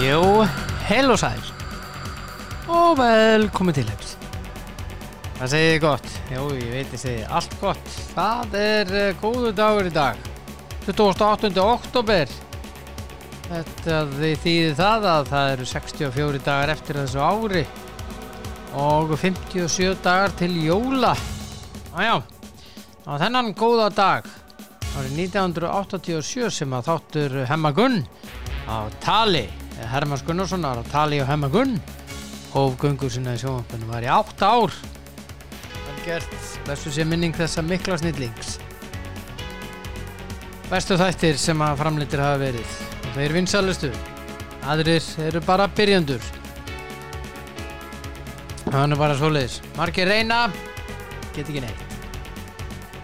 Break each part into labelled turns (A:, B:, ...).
A: Jú, heil og sæl og velkomin til heims. Hvað segið þið gott? Jú, ég veit þið segið allt gott. Það er uh, góðu dagur í dag. 28. oktober. Þetta þið þýðir það að það eru 64 dagar eftir þessu ári og 57 dagar til jóla. Æjá, á þennan góða dag árið 1987 sem að þáttur Hemma Gunn á tali Hermanns Gunnarsson var á tali og Hemma Gunn hóf gungu sinna í sjónvampunum var í átt ár vel gert, bestu sé minning þessa mikla snillings bestu þættir sem að framlýttir hafa verið og þeir vinsalistu aðrir eru bara byrjandur hann er bara svoleiðis margir reyna, get ekki neitt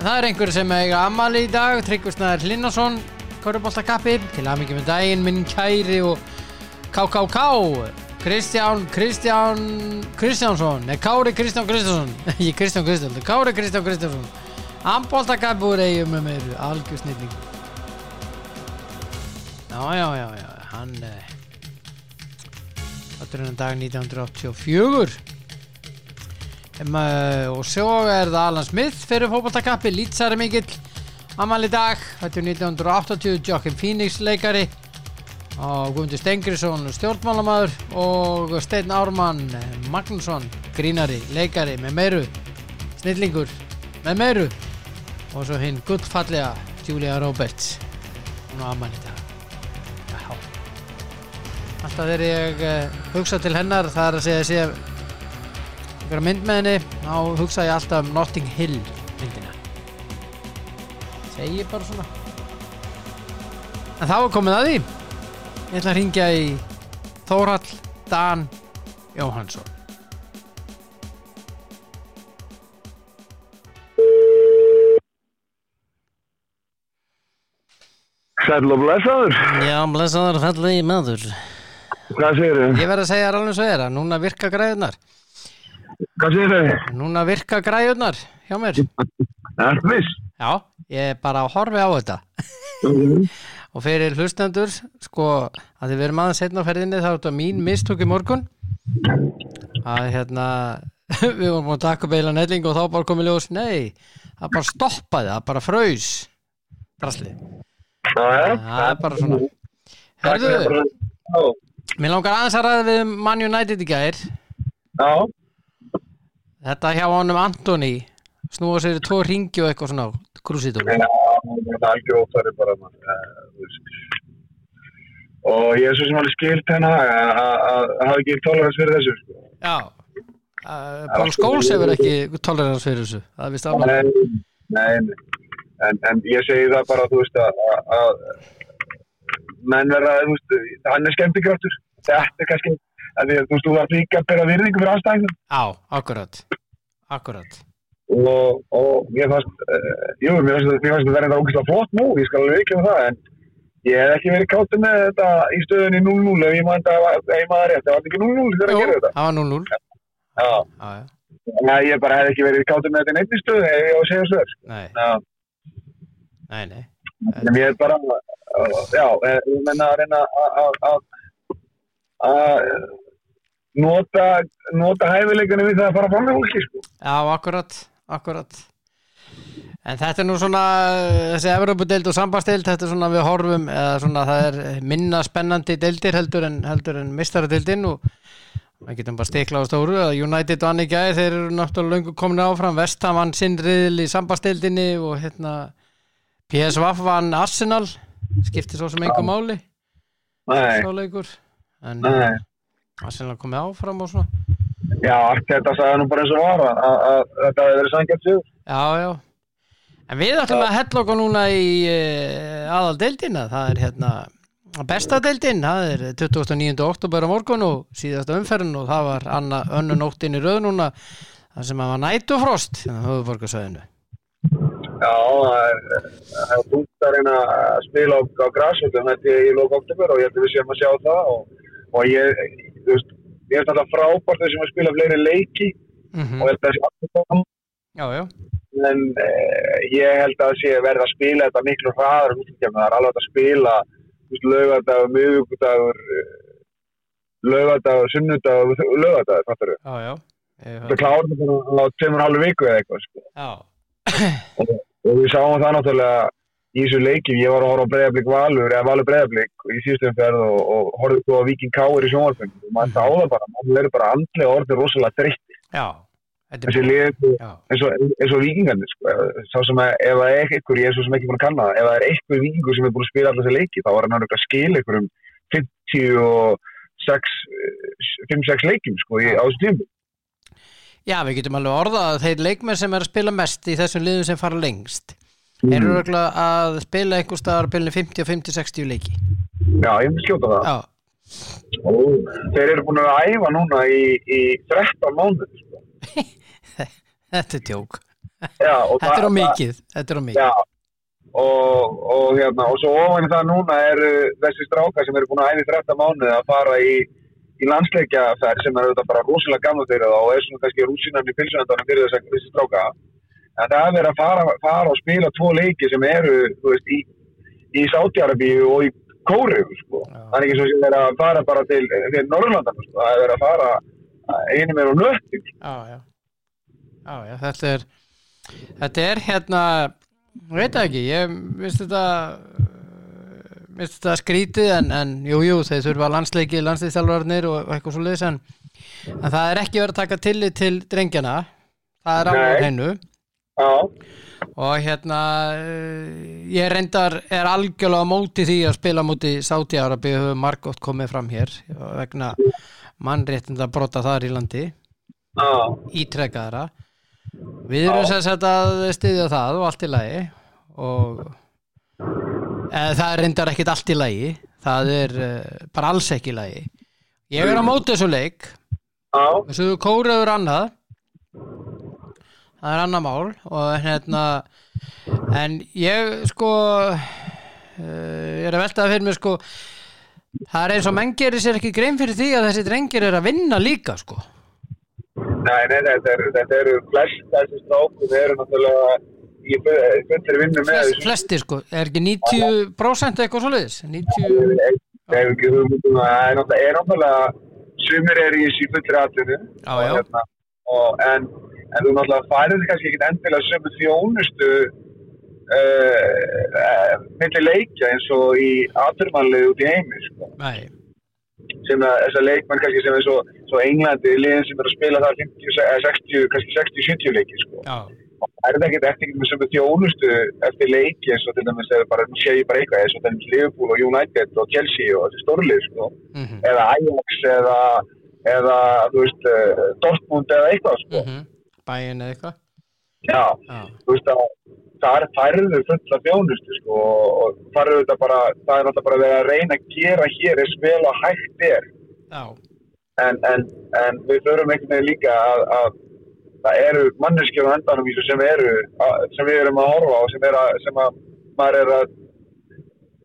A: En Það er einhver sem eiga ammali í dag, Tryggvistnaður Hlynnarsson, Köruboltakappi, til aðmyggjum með daginn, minn kæri og KKK, Kristján, Kristján, Kristjánsson, nei, Kári Kristján Kristjánsson, ekki Kristján Kristján, Kári Kristján Kristjánsson, Amboltakappi úr eigum með mér, algjör snilling. Já, já, já, já, hann, þetta er hann dag 1984. Um, uh, og svo er það Alan Smith fyrir fótballtakappi, lýtsari mikill amal í dag, þetta er 1980 Joachim Phoenix leikari og Guðmundur Stengrisson stjórnmálamaður og Steinn Ármann eh, Magnússon grínari, leikari með meiru snillingur með meiru og svo hinn gullfallega Julia Roberts hún á amal í dag Já. alltaf þegar ég uh, hugsa til hennar það er að segja sér einhverja mynd með henni þá hugsa ég alltaf um Notting Hill myndina segi ég bara svona en þá er komið að því ég ætla að ringja í Þórhall Dan Jóhansson
B: Sæll og blessaður,
A: Já, blessaður fallegi maður
B: hvað segir þau?
A: Ég verð að segja þér alveg svo er að núna virka græðunar
B: Hvað segir þau?
A: núna virka græðunar hjá mér
B: Er viss?
A: Já, ég er bara að horfi á þetta og fyrir hlustendur sko, að þið verum aðeins setna á ferðinni þá er þetta mín mistök í morgun að hérna við vorum að taka upp eila netling og þá bara komið ljós, nei, það bara stoppaði það bara fraus drasli, það er bara svona Herðu,
B: Já,
A: mér langar aðeins að ræða við Man United í gær
B: já,
A: þetta hjá honum Antoni snúa sér í tvo ringi og eitthvað svona krúsitóri
B: já, það er ekki óþæri bara mann, eh, þú veist. Og ég er svo sem alveg skilt hennar að að hafa ekki tolerans fyrir þessu, sko.
A: Já uh, Paul Scholes hefur ekki tolerans fyrir þessu Það er vist alveg
B: Nei, nei, nei. En, en ég segi það bara, þú veist, að, að- að menn verða, þú veist, hann er skemmtikraftur. Þetta er kannski, að því að þú veist, þú þarf líka að bera virðingu fyrir ástæðingum.
A: Já, akkurat Akkurat
B: og, og mér fannst uh, jú, mér fannst mér fannst að vera þetta ógæslega flott nú ég skal alveg ekki um það en ég hef ekki verið káttur með þetta í stöðunni 0-0 ef ég maður þetta ef ég maður rétt, það var ekki 0-0 þegar
A: Jú,
B: að gera þetta
A: Það var 0-0
B: já,
A: Já, já.
B: þannig að ég bara hef ekki verið káttur með þetta í neitt stöðu ef ég á að segja svo þér
A: Nei,
B: já,
A: nei, nei
B: en ég er bara uh, já, eh, ég menna að reyna að- að- að að nota, nota hæfileikana við það að fara fram með fólki sko.
A: Já, akkurat, akkurat En þetta er nú svona eh, þessi Evropudeild og sambasteild þetta er svona við horfum eða svona það er minna spennandi deildir heldur en, heldur en mistaradeildin og við getum bara stiklað á stóru að United og Anni Gæði þeir eru náttúrulega löngu komin áfram Vestham vann sinn riðil í sambasteildinni og hérna PSV vann Arsenal skipti svo sem engu máli
B: nei,
A: svo leikur en
B: nei
A: Arsenal komið áfram og svona
B: já, allt þetta sagði nú bara eins og var að- að að þetta hefur verið sangjart sigur
A: Já, já. En við ætlum að hella okkur núna í uh, aðal deildina. Það er hérna besta deildin. Það er 29. oktober á morgun og síðasta umferðin og það var anna, önnu nóttin í röð núna þar sem að var nætufrost hérna á höfuborgarsvæðinu.
B: Já, það er, það er tungt að reyna að spila á, á græsvöldum þetta er í lók oktober og ég held að við séum að sjá það og, og ég, þú veist, ég held að það frábært þau sem að spila fleiri leiki og ég held að það sé allir fram
A: Já, já.
B: en eh, ég held að það sé verða að spila þetta miklu hraðar um útlíkjum, það er alveg hægt að spila þú veist, lögadagur, miðugudagur lögadag, sunnudag og lögadag, fattar við.
A: já, já. Ég
B: Það
A: hef-
B: klárum þetta á tveimur og hálfu viku eða eitthvað, sko.
A: Já,
B: Og við sáum það náttúrulega í þessu leikið, ég var að horfa á breyðablík valur, eða valur breyðablík í síðustum ferð og, og horfði svo á Viking Káir í sjónvarpinu. Og maður sáða bara, maður verður bara andlega orðið rosalega dritt.
A: já. Þetta
B: Þessi liðið
A: Já,
B: eins og, eins og vikingarnir sko. sá sem að ef það er einhver, ég er svo sem ekki búin að kanna það ef það er einhver vikingur sem er búin að spila alltaf þessi leiki þá var hann að skil einhverjum 50 og 6 5-6 leikim sko í, á þessu tíma
A: já, við getum alveg orðað að þeir leikmenn sem er að spila mest í þessum liðum sem fara lengst
B: Mm.
A: eru örgulega að spila einhver staðar á bylunni 50 og 50-60 leiki.
B: já, ég vil skjóta það
A: Já,
B: og þeir eru búin að æfa núna í, í 13 mánuð sko.
A: þetta er djók.
B: já, og
A: Þetta er á
B: það-
A: mikið, þetta er á mikið.
B: Já, og, og, hérna, og svo ofan í það núna eru þessi strákar sem eru búin að æfi 13 mánuði að fara í, í landsleikjaferð sem er auðvitað bara rosalega gamla þeirra og er svona kannski rúsinan í pilsunandanum fyrir þess að þessi stráka. En það er verið að fara, fara og spila tvo leiki sem eru þú veist, í, í Sátiarabíu og í Kóru. Sko.
A: Já.
B: Það er ekki svo sem verið að fara bara til, til Norrlandan. Sko. Það er verið að fara einu meir og nöttum.
A: Já, já. Já, já, þetta er þetta er hérna ég veit það ekki, ég minnst þetta uh, minnst þetta skrítið en, en jú, jú, þeir þurfa landsleiki landsleiksþjálfarnir og, og eitthvað svo leiðis en, en það er ekki verið að taka tillit til drengjana, það er
B: Nei.
A: alveg hennu
B: Já,
A: og hérna uh, ég reyndar er algjörlega á móti því að spila móti Sáti Arabi höfum margótt komið fram hér vegna mannréttinda brota þar í landi
B: já,
A: ítrekkaðara við erum sem sagt að styðja það og allt í lagi og eða, það er reyndar ekkit allt í lagi það er uh, bara alls ekki í lagi ég er á móti þessu leik
B: já,
A: þessu kóraður annað það er annað mál og hérna en ég sko uh, ég er að velta það fyrir mér sko það er eins og menn gerir sér ekki grein fyrir því að þessi drengir er að vinna líka sko
B: Nei, nei, þetta, er, þetta eru flest þessi strákum eru náttúrulega í fu- fullri vinnu með
A: Flest,
B: þessu.
A: flesti sko, er ekki 90% eitthvað svoleiðis 90,
B: Ég hef ekki hugmyndum að það er náttúrulega, er náttúrulega sumir eru í þessu í fullri atvinnu.
A: Já,
B: Og
A: já.
B: hérna, og, en, en þú náttúrulega færið kannski ekkit endilega sömu þjónustu uh, uh, milli leikja eins og í aturmannlið út í heimi, sko.
A: nei,
B: sem að þessar leikmenn kannski sem er svo, svo Englandi, liðin sem er að spila það 50, eh, 60, kannski 60-70 leiki, sko.
A: já,
B: er það ekkert eftir einhvern sem er þjónustu eftir leiki eins og til dæmis eða bara, nú sé ég bara eitthvað eins og til dæmis Liverpool og United og Chelsea og þessi stórlið sko,
A: mhm
B: eða Ajax eða, eða þú veist, eh, Dortmund eða eitthvað sko,
A: mhm, bæin eða eitthvað
B: já,
A: já,
B: þú veist að það er færður fulla þjónustu sko og- og það er þetta bara, það er náttúrulega bara verið að reyna að gera hér eins vel og hægt er
A: já,
B: en, en, en við þurfum einhvern veginn líka að, að það eru manneskjur á endanum í þessu sem eru að, sem við erum að horfa á sem, er að, sem að maður er að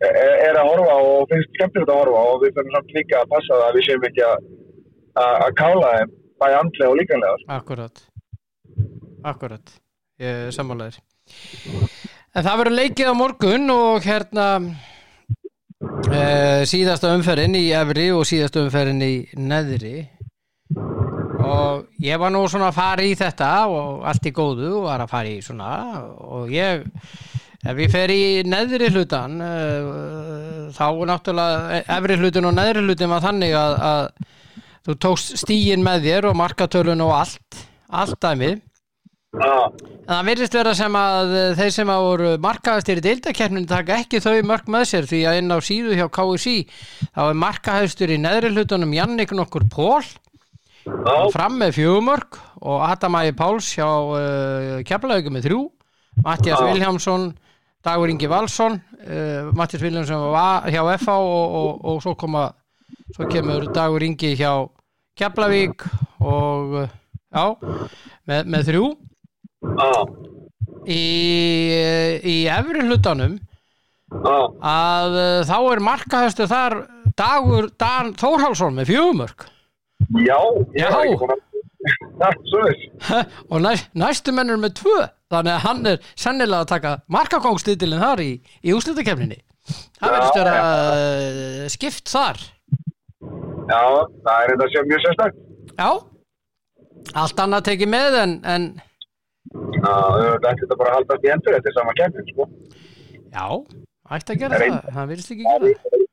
B: er- er að horfa á og finnst skemmtilegt að horfa á og við þurfum samt líka að passa það að við séum ekki að, að, að kála þeim bæði andlega og líkanlega sko.
A: akkurat akkurat ég er sammálaður en það verður leikið á morgun og hérna e, síðasta umferðin í efri og síðasta umferðin í neðri og ég var nú svona að fara í þetta og allt í góðu og var að fara í svona og ég ef ég fer í neðri hlutan uh, þá náttúrulega e, efri hlutin og neðri hlutin var þannig að, að þú tókst stíin með þér og markatölun og allt allt dæmið
B: Já,
A: en það virðist vera sem að eh, þeir sem að voru markaðastir í deildakernin taka ekki þau mörg með sér því að inn á síðu hjá KSI þá er markaðastur í neðri hlutunum Jannik nokkur Pól
B: já,
A: fram með fjögumörk og Adamæi Páls hjá uh, Keflavíku með þrjú Mattias
B: Já.
A: Viljámsson Dagur Ingi Valsson uh, Mattias Viljámsson var hjá FH og, og, og svo koma svo kemur Dagur Ingi hjá Keflavík og eh, já, með, með þrjú
B: já,
A: í, eh, í efri hlutanum
B: já,
A: að eh, þá er markahæstu þar Dagur Dan Þórhalsson með fjögumörk
B: já, ég
A: Já.
B: var ekki búin að Það er svo þess.
A: og næst, næstu menn er með tvö þannig að hann er sennilega að taka markakongstitilin þar í, í úslutakefninni það
B: Já,
A: eh, verðist vera uh, skipt þar
B: Já, það er þetta sem mjög sérstakt.
A: Já, allt annað tekið með en, en
B: Já, þetta er þetta bara að haldast í endur, þetta er sama kemmin, sko.
A: já, ætti að gera
B: Reyn-
A: það, það virðist ekki gera það.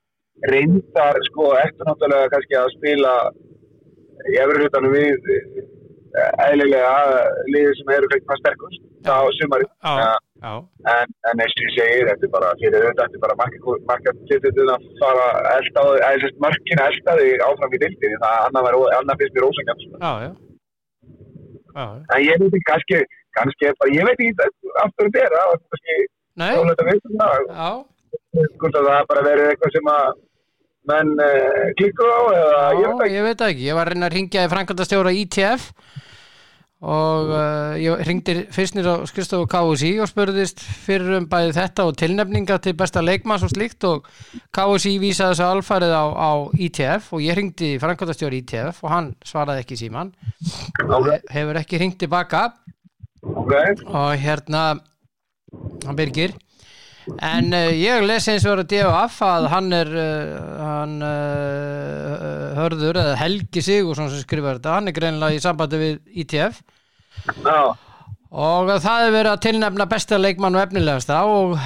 B: Reyndar, sko, eftir náttúrulega kannski að spila í efri hlutanum við eh, eðlilega liðið sem eru kannski hvað sterkust á sumari.
A: Já, já,
B: En, en eins og ég segir, þetta er bara fyrir auðvitað, þetta er bara marka- marka titillin að fara elda á því, eða sérst markin elda því áfram í dildinni, það annað, var, annað finnst mér ósengjans.
A: já, já, já, já.
B: En ég veit ekki, kannski, kannski, er bara, ég veit ekki þetta aftur þetta er, það var kannski,
A: Nei,
B: þá þetta veitum það,
A: já,
B: hvort að það hafi bara verið eitthvað sem að menn uh, klikku á, eða ég veit
A: já,
B: ekki.
A: ég veit það ekki, ég var að reyna að ringja í frankandastjóra ITF og uh, ég ringdi fyrst nýr á skrifstofu KSI og spurðist fyrir um bæði þetta og tilnefninga til besta leikmanns og slíkt og KSI vísaði þessu alfarið á, á ITF og ég ringdi frankandastjóra ITF E og hann svaraði ekki síman
B: Ok,
A: hefur ekki ringt tilbaka
B: ok,
A: og hérna hann byrgir en uh, ég les eins og verið DFF að hann er uh, hann uh, hörður eða Helgi Sigursson sem skrifar þetta hann er greinilega í sambandi við ITF
B: já,
A: og það er verið að tilnefna besta leikmann og efnilegasta og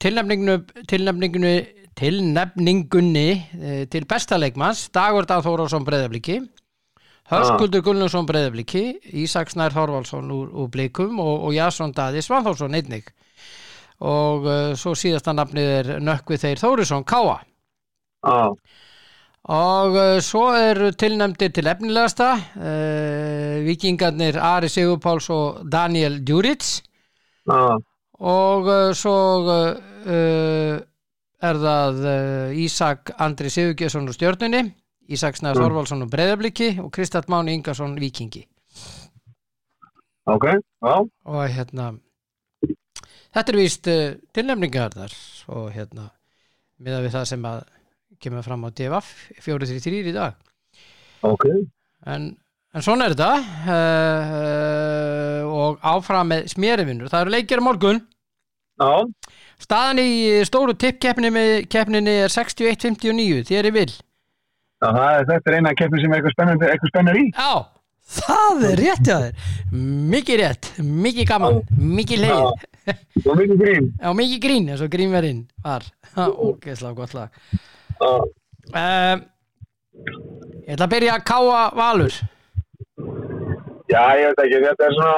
A: tilnefninginu tilnefninginu tilnefningunni eh, til besta leikmanns Dagur Dan Þórásson breyðabliki Höskuldur Gullnarsson breyðabliki Ísak Snær Þorvaldsson úr, úr blikum og, og Jason Daði Svanþórsson einnig og uh, svo síðasta nafnið er Nökkvi Þeir Þórisson Káa
B: já,
A: Og uh, svo eru tilnæmdir til efnilegasta uh, vikingarnir Ari Sigurpáls og Daniel Djuric
B: já,
A: og uh, svo uh, uh, er það uh, Ísak Andri Sigurgjesson úr stjörnunni Ísak Snæð Þorvaldsson úr breyðabliki og Kristall Máni Ingarsson vikingi
B: ok, já,
A: og hérna þetta er víst uh, tilnefningar þar og hérna miða við það sem að kemur fram á DFF 433 í dag
B: ok,
A: En, en svona er þetta uh, uh, og áfram með smjerivinnur. Það eru leikir á morgun.
B: já,
A: Staðan í eh, stóru tippkeppninni er 61-59, þér er vill.
B: já, það er þetta er eina keppni sem er eitthvað spennandi, eitthvað spennandi í.
A: Já, það er rétt hjá þér. Mikið rétt, mikið gaman, mikið leið.
B: Þú veitir grín,
A: Já, mikið grín eins og grínverinn var. Ha, Ógeðslega gott lag.
B: já,
A: Um, ég ætla að byrja að káa valur.
B: já, ég veit ekki, þetta er svona,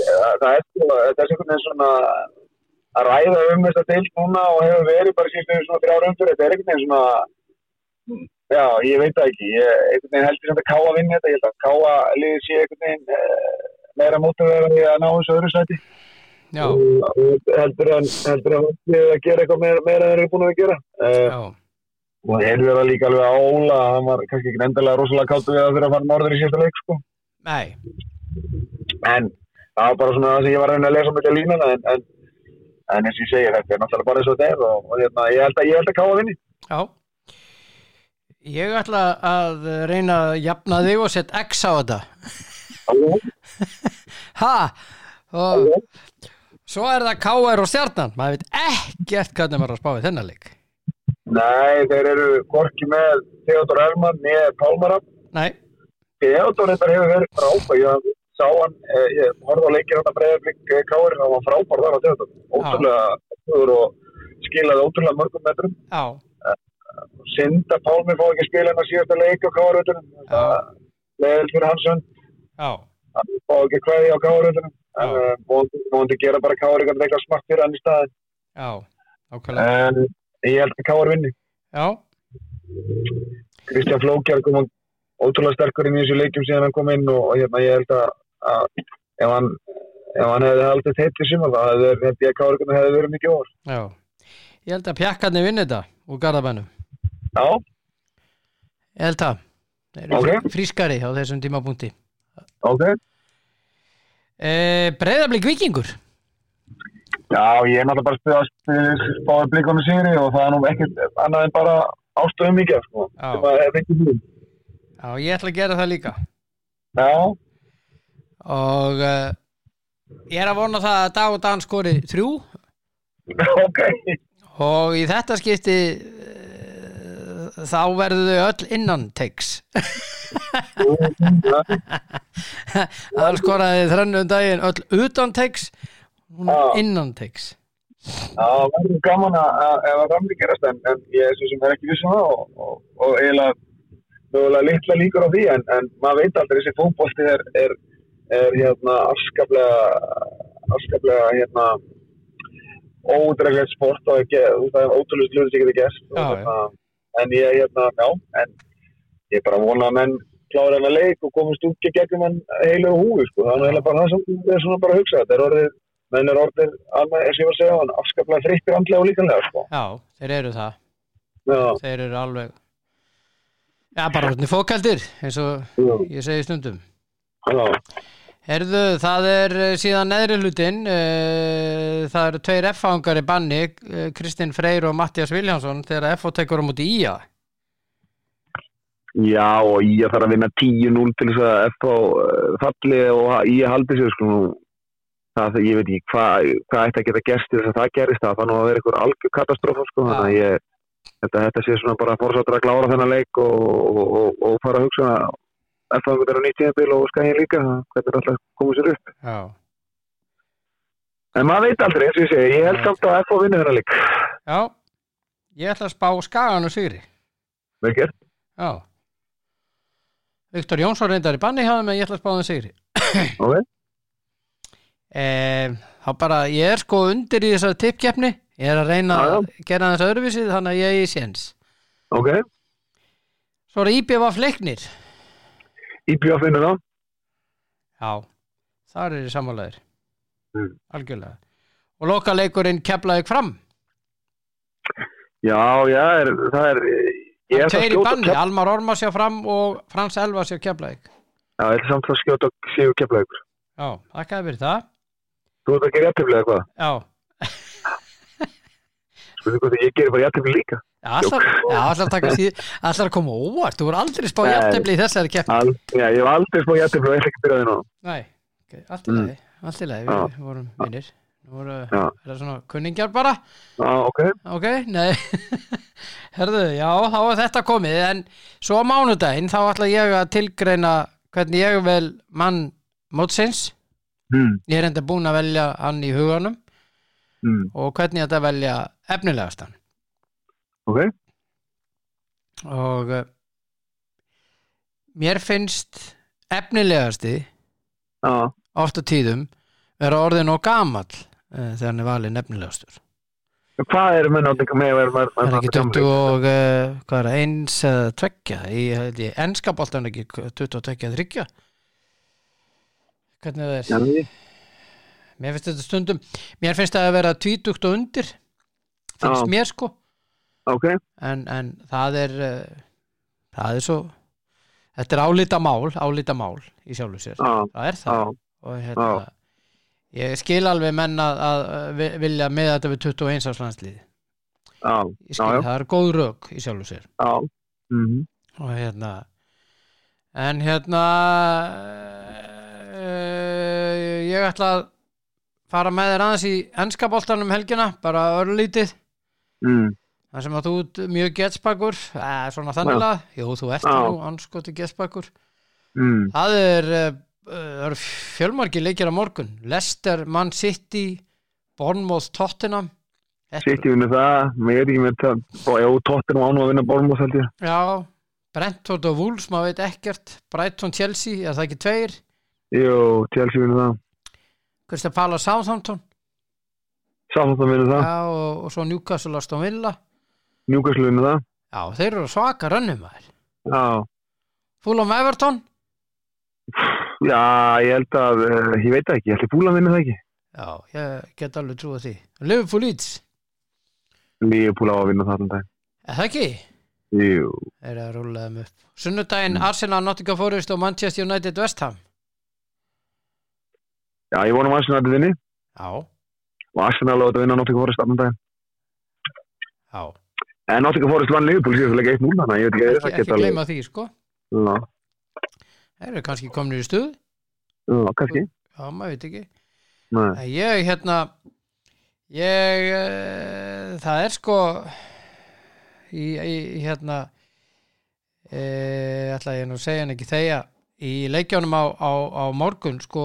B: það það er sko, þetta er einhvern veginn svona að ræða um þess að deilt núna og hefur verið bara síðan svona þrjá röndur, þetta er einhvern veginn svona, já, ég veit það ekki, ég einhvern veginn heldur sem að káa vinni þetta, ég held að káa liðið sé einhvern veginn eh, meira mótaverðan í að ná þessu öðru sæti.
A: Já,
B: Og heldur en, heldur en að gera eitthvað meira, meira en þeir eru búin að gera uh,
A: já,
B: og þeir verða líka alveg á Óla hann var kannski ekki endilega rosalega káttu við að fyrir að fara norður í síðasta leik sko.
A: nei,
B: en það var bara svona það sem ég var að reyna að lesa mjög línuna en, en, en eins og ég segi þetta er náttúrulega bara eins og þetta er og, og hérna, ég held að ég held að káa vinni
A: Já. Ég ætla að reyna að jafna þig og setja X á þetta. Ha? Og svo er það KR og stjarnan. Maður veit ekkert hvernig maður er að spá við þennan leik.
B: Nei, þeir eru korki með Theodor Elman með Pálmarab
A: Nei,
B: Theodor þetta hefur verið frábær ég sá hann, eh, ég horfði á hérna leikir hann að breyða blikk káir eh, hann var frábær þar á Theodor ótrúlega góður og skilaði ótrúlega mörgum metrum
A: já,
B: synd að Pálmi fá ekki spila hann á síðasta leik á káiröldunum það leðil fyrir hans hönd
A: já,
B: að fá ekki kveði á káiröldunum en
A: Já.
B: eh, vonandi vonandi gera bara káir eitthvað eitthvað smart fyrir hann í staðin
A: já, okkarlega.
B: en ég held að káir vinni
A: Já,
B: Kristján Flókjar kom ótrúlega sterkur inn í þessu leikjum síðan hann kom inn og, og hérna ég held að, að ef hann ef hann hefði haldið teitt í sumar þá hefði held ég að Kárikonu hefði verið mikið óvart
A: já. Ég held að pjakkarnir vinni þetta úr garðabænum.
B: Já,
A: Ég held að. Þeir eru
B: Ok.
A: okay. frískari á þessum tímapunkti.
B: ok
A: E, Breiðablík vikingur.
B: Já, ég er náttúrulega bara að spila- spila spáði blikunum sigri og það er nú ekkert annað en bara ástöðum mikið sko,
A: Já.
B: sem að er ekki mjög
A: Já, ég ætla að gera það líka.
B: Já,
A: Og uh, ég er að vona það að dag og dan skori þrjú
B: ok
A: og í þetta skipti eh, þá verðu þau öll innan teiks hann skoraði þrennu um daginn öll utan teiks hún
B: Já.
A: er innan teiks
B: það verður gaman að að- ef að ramli gerast en, en ég er svo sem er ekki vissum það og, og, og eiginlega mögulega litla líkur á því en, en maður veit aldrei þessi fótbolti er, er, er hérna afskaplega afskaplega hérna ódreglegt sport og ekki, þú veist, það er ótrúlega sluður sem getur gerst og
A: Já, já.
B: hérna, en ég hérna, já, en ég bara vona að menn klára hennar leik og komist út í gegnum hann heilu og húi, sko, það er nú eiginlega bara það sem er svona bara að hugsa, þetta er orðið menn er orðin, alveg, eins og ég var að segja á hann, afskaplega þreyttir andlega og líkanlega, sko.
A: já, þeir eru það
B: Já,
A: þeir eru alveg já, bara hvernig fókaldir eins og
B: já,
A: ég segi stundum
B: já,
A: Herðu, það er eh, síðan neðri hlutin eh, það eru tveir F-fangar í banni eh, Kristinn Freyr og Mattias Viljánsson þegar F-fó tekur á móti í að
B: já, og ég þarf að vinna 10-0 til þess að FH eh, falli og ha- ég haldi sér, sko, nú. það, ég veit ekki hvað hva ætti að geta gerst til þess að það gerist, það fann nú að vera einhver algjör katastrófa, sko, þannig að ég, þetta, þetta sé svona bara fórsáttur að klára þennan leik og, og, og, og fara að hugsa um að FH er á nýtt tíðanbíl og skæðin líka, hvernig er alltaf að koma sér upp.
A: já,
B: En maður veit aldrei, eins og ég segi, ég held samt að FH vinna þennan leik.
A: já ég ætla að spá skagan og sigri
B: Vel gert.
A: já Viktor Jónsson reyndar í banni hjá þeim en ég ætla að spá þeim sigri
B: Ok.
A: eh, þá bara, ég er sko undir í þessari tippkeppni ég er að reyna
B: Já, já.
A: að gera þess öðruvísið þannig að ég er í séns
B: Ok.
A: svo er íbjöfa fleiknir
B: IPF vinnur það.
A: Já, þar er sammálaður
B: Mm.
A: algjörlega og lokaleikurinn keflaði fram
B: Já, já, er, það er ég ætla að
A: tveir í
B: skjóta
A: banni, Almar Orma sér fram og Frans Elva sér keflaði
B: Já, ég ætla samt að skjóta síðu keflaugur.
A: Já, þakkaði fyrir það
B: Þú ert að gera jættifli eða hvað?
A: Já,
B: Spurðu hvort að ég gerir bara jættifli líka.
A: allar, já, allar, að taka síð, allar að koma á óvart þú voru aldrei spá
B: Nei.
A: jæftefli í þessari keppni
B: Al, já, ég hef aldrei smá jættifli og ég ætla ekki að byrja því nú.
A: Nei, ok, allt í
B: Mm.
A: lagi allt í lagi, við vorum vinnir nú voru,
B: Já.
A: er það svona kunningjar bara
B: Já, ok.
A: Ok, nei Herðu, já, þá er þetta komið en svo á mánudaginn þá ætla ég að tilgreina hvernig ég vel mann mótsins
B: Mm,
A: ég er enda búin að velja hann í huganum
B: mm,
A: og hvernig þetta velja efnilegast hann
B: ok.
A: og uh, mér finnst efnilegasti
B: Já,
A: oft á tíðum vera orðin og gamall uh, þegar hann er valinn efnilegastur
B: En hvað eru menn átt með að vera með?
A: Það er ekki 20 og uh, hvað er það, eins eða tveggja í, held ég, ennska boltan ekki 22 eða 30 hvernig það er
B: Já,
A: mér finnst þetta stundum, mér finnst það að vera tvítugt og undir finnst
B: Já.
A: mér sko
B: ok.
A: en, en það er uh, það er svo þetta er álita mál, álita mál í sjálfu sér,
B: Já,
A: það er
B: já,
A: það og hérna ég skil alveg menn að, að uh, vi- vilja með þetta við 21 árs landsliði
B: já,
A: ég
B: Já,
A: skil,
B: já.
A: það er góð rauk í sjálfu sér
B: já. Mhm.
A: og hérna en hérna uh, ég ætla að fara með þér aðeins í ennskaboltanum helgina, bara örlítið
B: Mm,
A: þar sem að þú ert mjög getspakur eh, svona þanniglega, jú þú ert
B: Já.
A: nú anskoti getspakur
B: mm,
A: það er, eh, það eru fjölmargi leikir á morgun, Leicester Man City, Bournemouth Tottenham Þetta eru-
B: Sitt ég vinna það, mér er ekki með það. Og ég tóttir nú ánum að vinna Bormóð, held ég.
A: já, Brentford og Wolves maður veit ekkert, Brighton Chelsea er það ekki tveir,
B: Jú, Chelsea vinna það.
A: Kristján Pala Southampton
B: Sáþáttan vinna það.
A: Já, og, og svo Newcastle og Aston Villa
B: Newcastle vinna það.
A: Já, þeir eru svaka rönnum aðeir
B: Já.
A: Fulham Everton
B: Já, ég held að, uh, ég veit það ekki, ég held að búla vinna það ekki.
A: Já, ég get alveg trúið því Liverpool Leeds,
B: Liverpool á að vinna það allan dag.
A: er það ekki?
B: Jú,
A: Þeir eru að rúla þeim upp Sunnudaginn, Arsenal, Nottingham Forest og Manchester United West Ham
B: já, ég vonum Arsenal að vinni
A: Já,
B: og Arsenal á að vinna Nottingham Forest allan dag.
A: já
B: En Nottingham Forest vann Liverpool síðan fyrir leika 1-0 þannig, að ég veit ekki,
A: Ekki,
B: það
A: ekki
B: geta alveg.
A: gleyma því, sko
B: Já,
A: Þeir eru kannski komnir í stuð
B: já, kannski.
A: Já, maður veit ekki
B: Nei.
A: En Ég, hérna Ég, eh, það er sko í, í hérna e, ætla ég nú að segja hann ekki þegja í leikjónum á, á, á morgun sko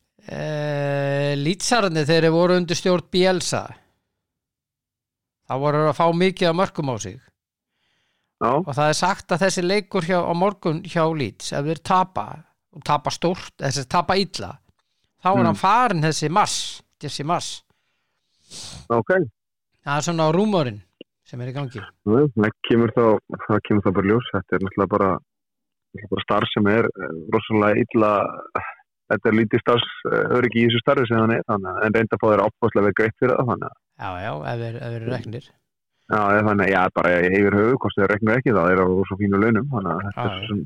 A: e, lýtsararnir þegar þeir voru undir stjórn Bielsa þá voru þeir að fá mikið af mörgum á sig
B: Já,
A: og það er sagt að þessi leikur hjá, á morgun hjá Leeds ef þeir tapa og tapa stórt, þessi tapa illa þá er
B: Mm.
A: hann farin þessi mass þessi mass,
B: ok.
A: það er svona rúmurinn sem er í gangi
B: Nei, Það kemur þá, það kemur þá bara ljós. Þetta er náttúrulega bara, náttúrulega bara starf sem er eh, rosalega illa, þetta er lítið starfs, öryggi í þessu starfi sem hann er, þannig að en reynda að fá þér áfbáslega verið greitt fyrir það, þannig að,
A: já, já, ef þeir ef þeir eru reknir
B: já, ég- þannig að, já, bara yfir höfu, hvort þið regnur ekki það, það er á rosa fínu launum, þannig að þetta
A: Já, já.
B: er sem,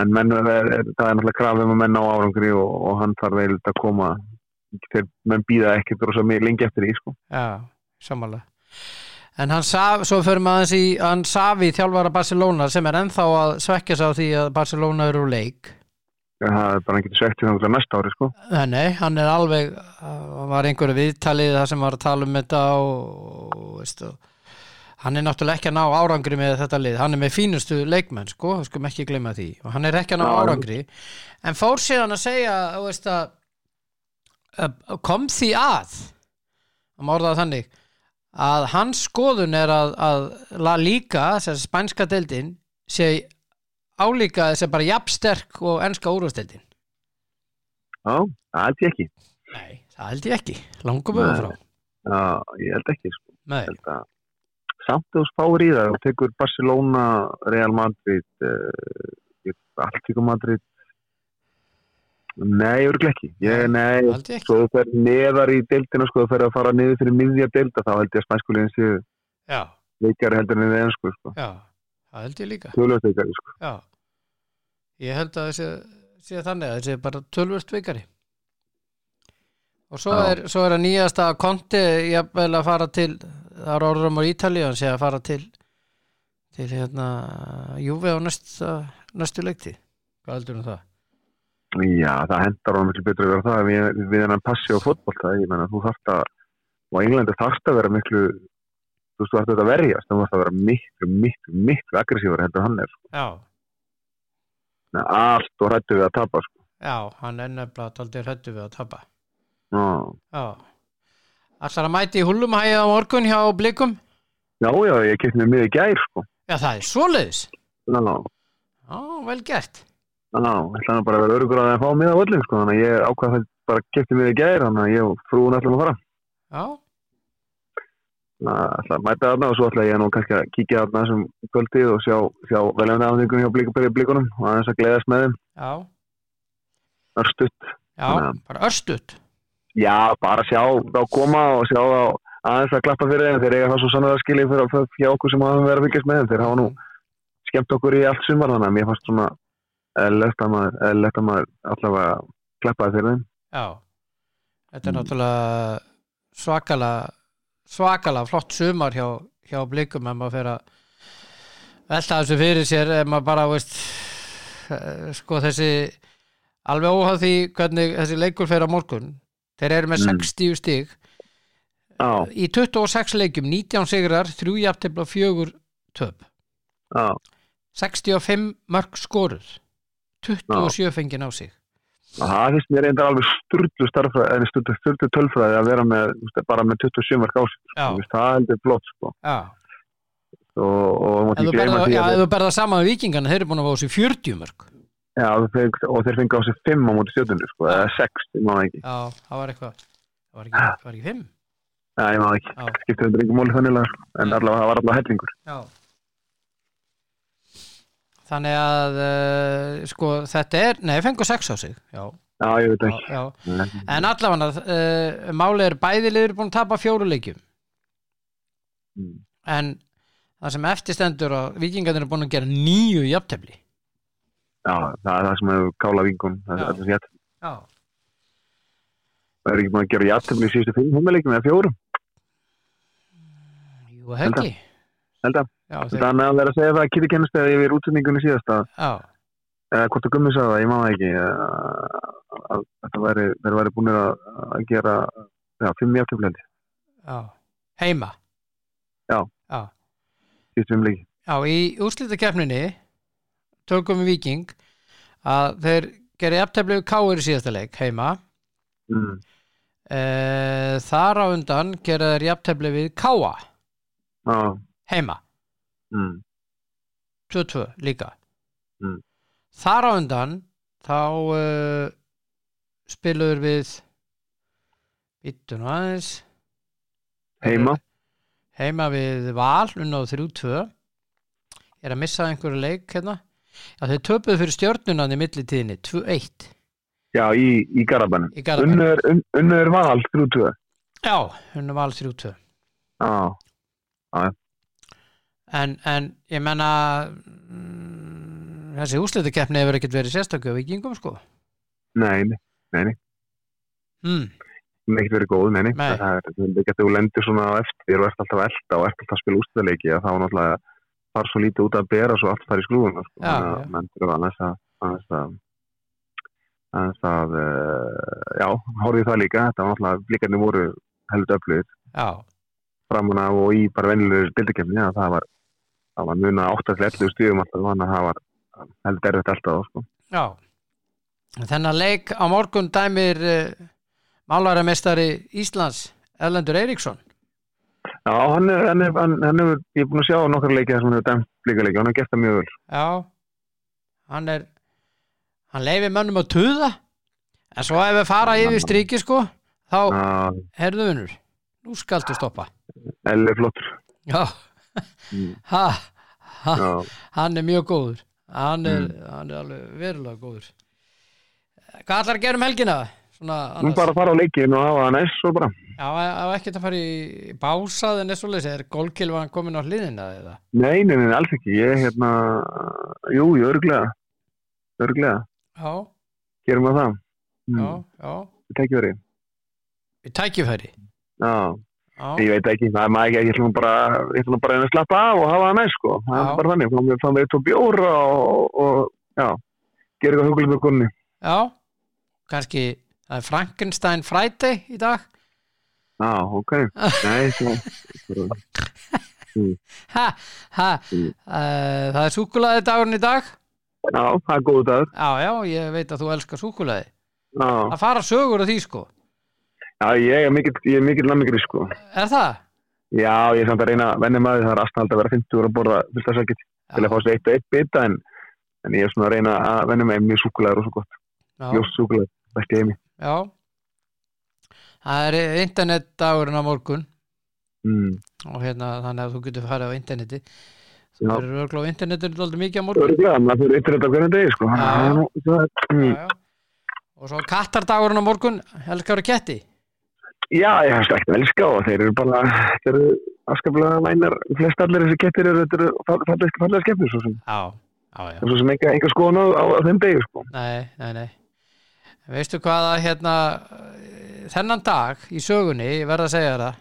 B: en menn, er, er, það er náttúrulega krafum að menn á árangri og, og hann þarf eiginlega að koma, þeir, menn býða ekkert rosa mjög lengi eftir því, sko.
A: já, samanlega en hann saf, svo fyrir maður aðeins í hann safi þjálfara Barcelona sem er ennþá að svekja sig á því að Barcelona eru úr leik
B: Það er bara hann getur svegt í þannig næsta ári, sko.
A: Nei, Eh, Nei, hann er alveg hann var einhverju viðtalið þar sem var að tala um þetta og, og veist þú hann er náttúrulega ekki að ná árangri með þetta lið hann er með fínustu leikmenn sko, við skulum ekki gleyma því og hann er ekki að ná
B: Já, já.
A: árangri en fór síðan að segja þú veist, að, að kom því að að mórða þannig að hans skoðun er að, að La Liga, þessi spænska deildin sé álíka þessi bara jafnsterk og enska úrvasteldin
B: Já, það held ég ekki.
A: Nei, það held ég ekki, langum við
B: Nei.
A: frá
B: Já, ég held ekki, sko.
A: Nei,
B: held að samt þú spáir í það og tekur Barcelona, Real Madrid uh, Alltíku Madrid Nei, örglega ekki ég, Nei,
A: það held ég ekki
B: svo Sko, þú fer neðar í deildina sko, þú fer að fara niður fyrir miðja deilda þá held ég að spænskulegin séu
A: Já,
B: leikjari heldur en við ennsku sko.
A: já, það held ég líka
B: Tölvöld leikjari sko.
A: Já, ég held að þessi sé þannig að þessi er bara tölvöld vikari Og svo
B: Já.
A: er, svo er að nýjasta konti jafnvel að fara til það er orðrum á Ítalíu hann sé að fara til til hérna Júfi á næsta, næstu leikti Hvað heldur um það?
B: Já, það hendar honum miklu betur að vera það við, við hennan passi á fótbolta ég menna, þú þarft að og Englandi þarft að vera miklu þú veist, þú þarft að verja þú þarft að vera miklu, miklu, miklu aggressívar heldur en hann er sko.
A: Já,
B: Nei, allt og hrættu við að tapa sko.
A: já, hann er nefnilega taldir hættu við að tapa
B: Já,
A: Já Ætlar að mæti í hullumhæja á morgun hjá blikum?
B: já, já ég kefti mér miði gær sko.
A: Já, það er svoleiðis.
B: Já, já,
A: Já, vel gert.
B: já, ég ætla nú bara að vera örugur að það fá miða á öllum sko, þannig að ég ákvað það bara kefti miði gær, þannig að ég og frúin ætlum að fara.
A: Já,
B: Þannig að ætla að mæta þarna og svo ætla ég nú kannski að kíkja þarna sem kvöldið og sjá, sjá veljandi afhengunum hjá blíkabæri blíkunum og aðeins að gleðast með þeim,
A: já,
B: örstutt.
A: já,
B: Þannig
A: bara örstuðt.
B: Já, bara sjá þá koma og sjá þá aðeins að klappa fyrir þeim, þeir eiga það svo sannlega skilið fyrir, fyrir, fyrir okkur sem hafa verið að fylgjast með þeim, þeir hafa nú skemmt okkur í allt sumar þannig að mér fannst svona eðlilegt að maður, eðlilegt að maður allavega klappaði fyrir þeim.
A: Já,
B: Mm.
A: þetta er náttúrulega svakala, svakala flott sumar hjá, hjá blikum ef maður fer að velta þessu fyrir sér ef maður bara, veist, eh, sko þessi, alveg óháð því hvernig þessi leikur fer á morgun. Þeir eru með
B: Mm.
A: 60 stig
B: Já,
A: í 26 leikjum, 19 sigrar, 3 jafntefla, 4 töp.
B: já,
A: 65 mörg skorur 27 fengið á sig
B: Og það finnst mér reyndar alveg sturdu starfræði, en sturdu, sturdu tölfræði að vera með, þú veist, bara með 27 mark ásins, sko,
A: Já.
B: Þú veist, það heldur flott, sko,
A: Já,
B: og, og það
A: ef
B: mátti
A: þú
B: ekki gleyma
A: berða,
B: því
A: já,
B: að
A: ef
B: þeir,
A: þú berða saman við vikingana, þeir eru búin að fá á sig 40 mörg
B: já, þeir, og þeir fengi á sig 5 á móti stjórnunni, sko, eða 6, ég maður ekki,
A: Já, það var eitthvað Það var ekki, það var ekki 5
B: já, ég maður ekki,
A: Já.
B: skiptið þetta ekki móli þannig, sko, en
A: Nei.
B: allavega, það var allavega hellingur,
A: Já Þannig að uh, sko þetta er, nei, fengur 6 á sig Já,
B: já, ég veit
A: já,
B: ekki,
A: já.
B: Nei.
A: En allavega, uh, málið er bæðilegur búin að tapa fjóruleikjum
B: Mm.
A: en það sem eftirstendur að vikingarnir eru búin að gera nýju jafntefli
B: já, það er það sem hefur kála vingun, það
A: Já.
B: er það sem ég ætti,
A: Já,
B: það er ekki maður að gera játtöfni í síðustu 5 heimileikum eða 4,
A: jú, heggi
B: held að,
A: Já, þeir,
B: Þannig að það er að segja það að Kitty kennist eða yfir útsendingunni síðast að
A: já,
B: eða hvort að gummi sagði það, ég maður það ekki eh, að þetta væri, þeir væri búinir að, að gera já, fimm játtöflendi,
A: já, heima
B: Já.
A: já,
B: síðust fimm leiki
A: Já, í úrslitakeppninni tökum við Viking að þeir gerði afteflið káir í síðasta leik heima
B: Mm.
A: e, þar á undan gera þeir jafntefli við Káa
B: Já.
A: heima,
B: Mm.
A: 2-2 líka
B: Mm.
A: þar á undan þá e, spiluður við vittu nú aðeins
B: Heima.
A: heima við Val unna á 3-2 ég er að missa einhverju leik hérna Já, þeir töpuðu fyrir stjörnunan í millitíðinni 2-1
B: Já, í, í Garabænum.
A: í Garðabæn
B: Unnur, un, unnur val, grútuða.
A: Já, unna Val 3-2
B: Já.
A: en, en ég menna mm, þessi úrslitakeppni hefur ekkert verið sérstakku af vikingum sko
B: Nei, nei.
A: mm.
B: hún hefði ekki verið góð, neini.
A: Nei.
B: Það er það er líka þegar þú lendir svona á eftir og ert alltaf að elda og ert alltaf að spila ústæðleiki að það var náttúrulega þar svo lítið út að bera svo allt þar í skrúðuna. Sko.
A: Já,
B: Þannig að
A: já.
B: Menn þurfa aðeins að, aðeins að, aðeins að uh, já, horfið það líka. Þetta var náttúrulega, blikarnir voru heldur öflugir
A: já,
B: framan af og í bara venjulegur dildikefni. Já, það var, það var muna 8-11 stíðum alltaf, þannig að það var heldur erfitt alltaf, sko.
A: já þennan leik á morgun dæmir uh, málaramestari Íslands Erlendur Eiríksson
B: Já, hann er, hann er, hann, hann er, ég er búin að sjá nokkar leikið þar sem hann hefur dæmt blíkaleiki og hann hefur gert það mjög vel.
A: já, hann er hann leifir mönnum að tuða en svo ef við fara yfir stríki sko þá
B: Já,
A: herðu vinnur nú skaltu stoppa
B: Elli er flottur.
A: já,
B: Mm.
A: ha, ha
B: Já,
A: hann er mjög góður hann er, hann er alveg verulega góður hvað ætlar að gera um helgina svona
B: nú
A: annars
B: bara fara á leikin og hafa það næst og bara.
A: já, á ekki að fara í básað en eins og leysi, er gólkilvan komin á hliðina eða?
B: Nei, nei, nei, alls ekki. Ég, hérna, jú, jú, örglega. Örglega.
A: já,
B: Gerum við það. Mm.
A: já, já
B: Við tekjum verið.
A: við tækifæri
B: Já,
A: já,
B: ég veit ekki, það er maður ekki, ég ætlum bara, ég ætlum bara að reyna að slappa af og hafa það næst, sko. Það
A: Já.
B: er bara þannig, fáum við, fáum við tvo bjóra og, og, já, gera eitthvað hugulegt með konni.
A: já. kannski það er Frankenstein Friday í dag
B: Já, ok. Nei, sko. svo.
A: ha, ha,
B: Mm.
A: uh, það er súkulaði dagurinn í dag
B: Já, það er góð dagur.
A: já, já, ég veit að þú elskar súkulaði
B: Já,
A: það fara sögur á því sko
B: já, ég er mikill, ég er mikill lammikri, sko.
A: er það?
B: Já, ég er samt að reyna að venni maður, það er aðstæðan að vera 50 og að borða fyrsta sækit til að fá sér eitt og eitt bita en, en ég er svona að reyna að venni maður mjög súkulegar og svo gott,
A: Já.
B: ljóst súkulegar, besti heimi.
A: Já Það er internetdagurinn á morgun
B: Mm.
A: og hérna þannig að þú getur farið á interneti Þú
B: Já.
A: verður örgla á internetinu alltaf mikið á morgun
B: Örgulega, maður fyrir internet á hvernig degi, sko.
A: Já.
B: Það er nú- það-
A: já,
B: mm.
A: já. Og svo kattardagurinn á morgun Helgar og Ketti
B: Já, ég hef slægt að elska og þeir eru bara, þeir eru afskaplega vænar, flest allir þessi kettir eru, þetta eru fallega, fallega skemmtir, svo sem,
A: Já, já, já
B: svo sem einhver, einhver skoðan á, á, á þeim degi, sko.
A: Nei, nei, nei Veistu hvað að hérna eh, þennan dag í sögunni ég verð að segja þér það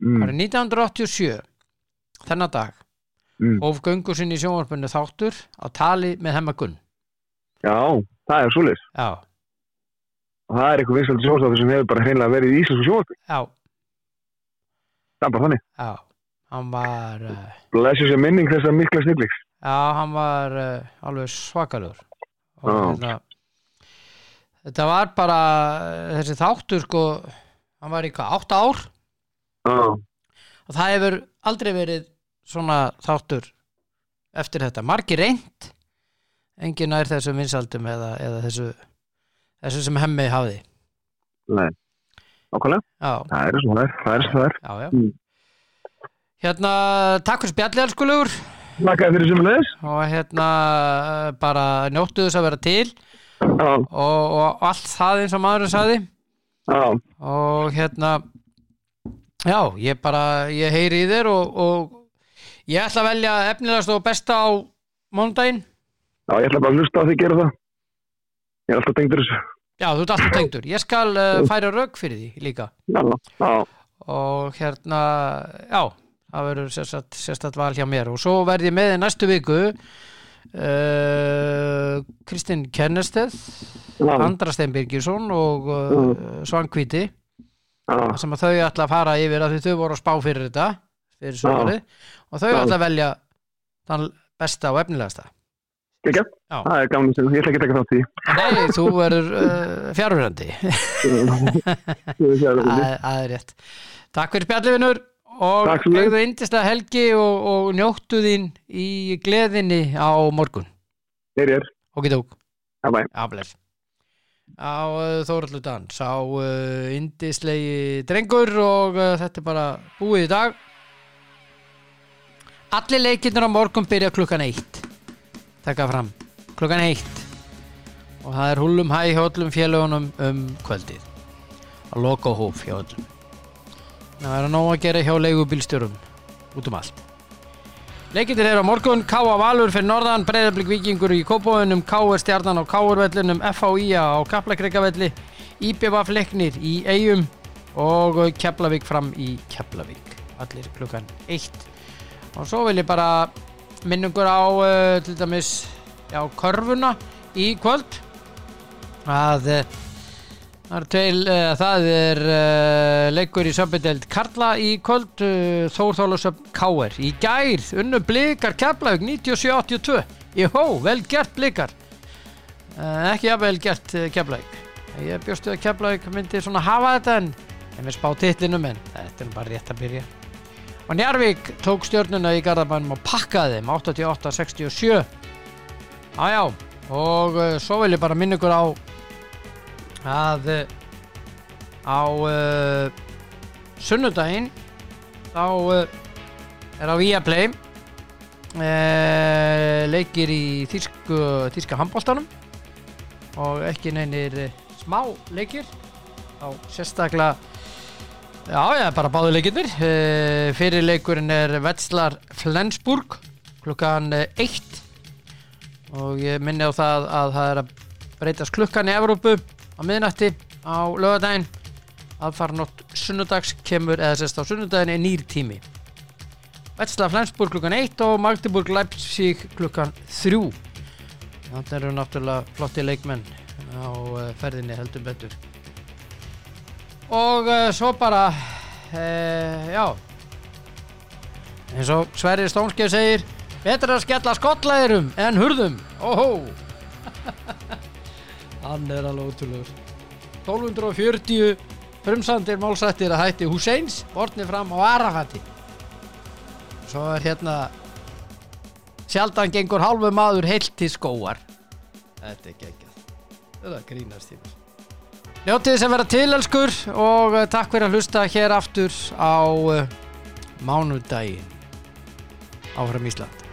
B: Mm.
A: árið 1987 þennan dag
B: Mm.
A: of göngu sinni í sjónvarpunni þáttur á tali með hemmagun
B: Já, það er svoleiðis.
A: Já,
B: Og Það er eitthvað vinsaldi sjónstáttur sem hefur bara hreinlega verið í Íslands og
A: já,
B: Það er bara þannig.
A: já Hann var uh,
B: Blessu sér minning þessa mikla snilliks.
A: Já, hann var uh, alveg svakalur og
B: Já.
A: hérna þetta var bara eh, þessi þáttur sko hann var í hvað, 8 ár
B: Já,
A: og það hefur aldrei verið svona þáttur eftir þetta, margir reynd engin nær þessum vinsaldum eða, eða þessu, þessu sem hemmi hafði
B: nei. Nákvæmlega,
A: já,
B: það er svo það er, það er svo það er.
A: já, já
B: Mm.
A: hérna, takk fyrir spjalli elskulegur
B: Lakaði fyrir sem leðis.
A: og hérna eh, bara njóttu þess að vera til
B: Já,
A: og, og allt það eins og maðurinn sagði
B: já,
A: og hérna já, ég bara, ég heyri í þér og, og ég ætla að velja efnilegast og besta á mánudaginn,
B: já, ég ætla bara að hlusta á því að gera það. Ég er alltaf tengdur þessu.
A: já þú ert alltaf tengdur ég skal uh, færa rauk fyrir því líka
B: Já, já,
A: og hérna, já það verður sérstætt, sérstætt val hjá mér og svo verð ég með í næstu viku uh, Kristinn Kennesteð
B: já,
A: Andra Steinbyrgisson og uh, Svangvíti
B: já,
A: þar sem að þau ætla að fara yfir að því þau voru að spá fyrir þetta fyrir sömari og þau
B: Já.
A: ætla að velja þann besta og efnilegasta
C: Gekja?
A: Já.
C: Það er gaman að segja, ég ætla ekki að taka þátt í.
A: Nei, þú verður uh, fjárverandi
C: Ég vil sjá það fyrir.
A: Það er rétt Takk fyrir spjallifinur og
C: Takk fyrir.
A: eigðu yndislega helgi og, og njóttu þín í gleðinni á morgun
C: Þeir er,
A: og geta ók
C: já bæ.
A: Afleif á uh, Þóraldur Dan sá uh, indislegi drengur og uh, þetta er bara búið í dag Allir leikirnir á morgun byrja klukkan eitt taka fram klukkan eitt og það er húlum hæ hjá öllum félagunum um kvöldið að loka og hóf hjá öllum það verður nóg að gera hjá leigubílstjórum út um allt Leikindir eru á morgun, K.A. Valur fyrir norðan, Breiðablík Víkingur í Kópavunum, K.R. Stjarnan á K.R.vellinum, F.A.I.A. á Kaplakrikavelli, Íbjöfaf Leknir í Eyjum og Keflavík fram í Keflavík. Allir klukkan eitt. Og svo vil ég bara minna ykkur á uh, til dæmis á körfuna í kvöld að uh, Það er, tveil, uh, það er uh, leikur í söpindeld Karla í kvöld uh, Þór Þólusöp K.R. Í gær, unnu blikar Keflavík 97-82 Jó, vel gert blikar uh, Ekki að vel gert uh, Keflavík Ég bjóstu að Keflavík myndi svona hafa þetta en en við spá titlinum en þetta er nú bara rétt að byrja Og Njarvík tók stjörnuna í Garðabænum og pakkaði þeim 88-67 Jájá, og uh, svo vil ég bara minna ykkur á að uh, á uh, sunnudaginn þá uh, er á Viaplay uh, leikir í þýsku, þýska handbóltanum og ekki neynir uh, smá leikir á sérstaklega já, já, bara báðu leikirnir uh, fyrir leikurinn er Vetslar Flensburg klukkan eh, eitt og ég minni á það að það er að breytast klukkan í Evrópu á miðnætti á lögadaginn aðfarnótt sunnudags kemur eða sérst á sunnudaginn er nýr tími Vetsla Flensburg klukkan 1 og Magdeburg Leipzig klukkan 3 þannig eru náttúrulega flotti leikmenn á eh, ferðinni heldur betur og uh, svo bara uh, já eins og Sverri Stónskef segir betra að skella skottlæðirum en hurðum óhó Hann er alveg ótrúlegur. 1240 frumsandir málsættir að hætti Husseins, bortni fram á Arafati. Svo er hérna sjaldan gengur halvu maður heilt til skóar. Þetta er geggjað. Þetta er að grínast tíma. Njótið þess að vera til, elskur, og eh, takk fyrir að hlusta eh, hér aftur á uh, mánudaginn áfram Ísland.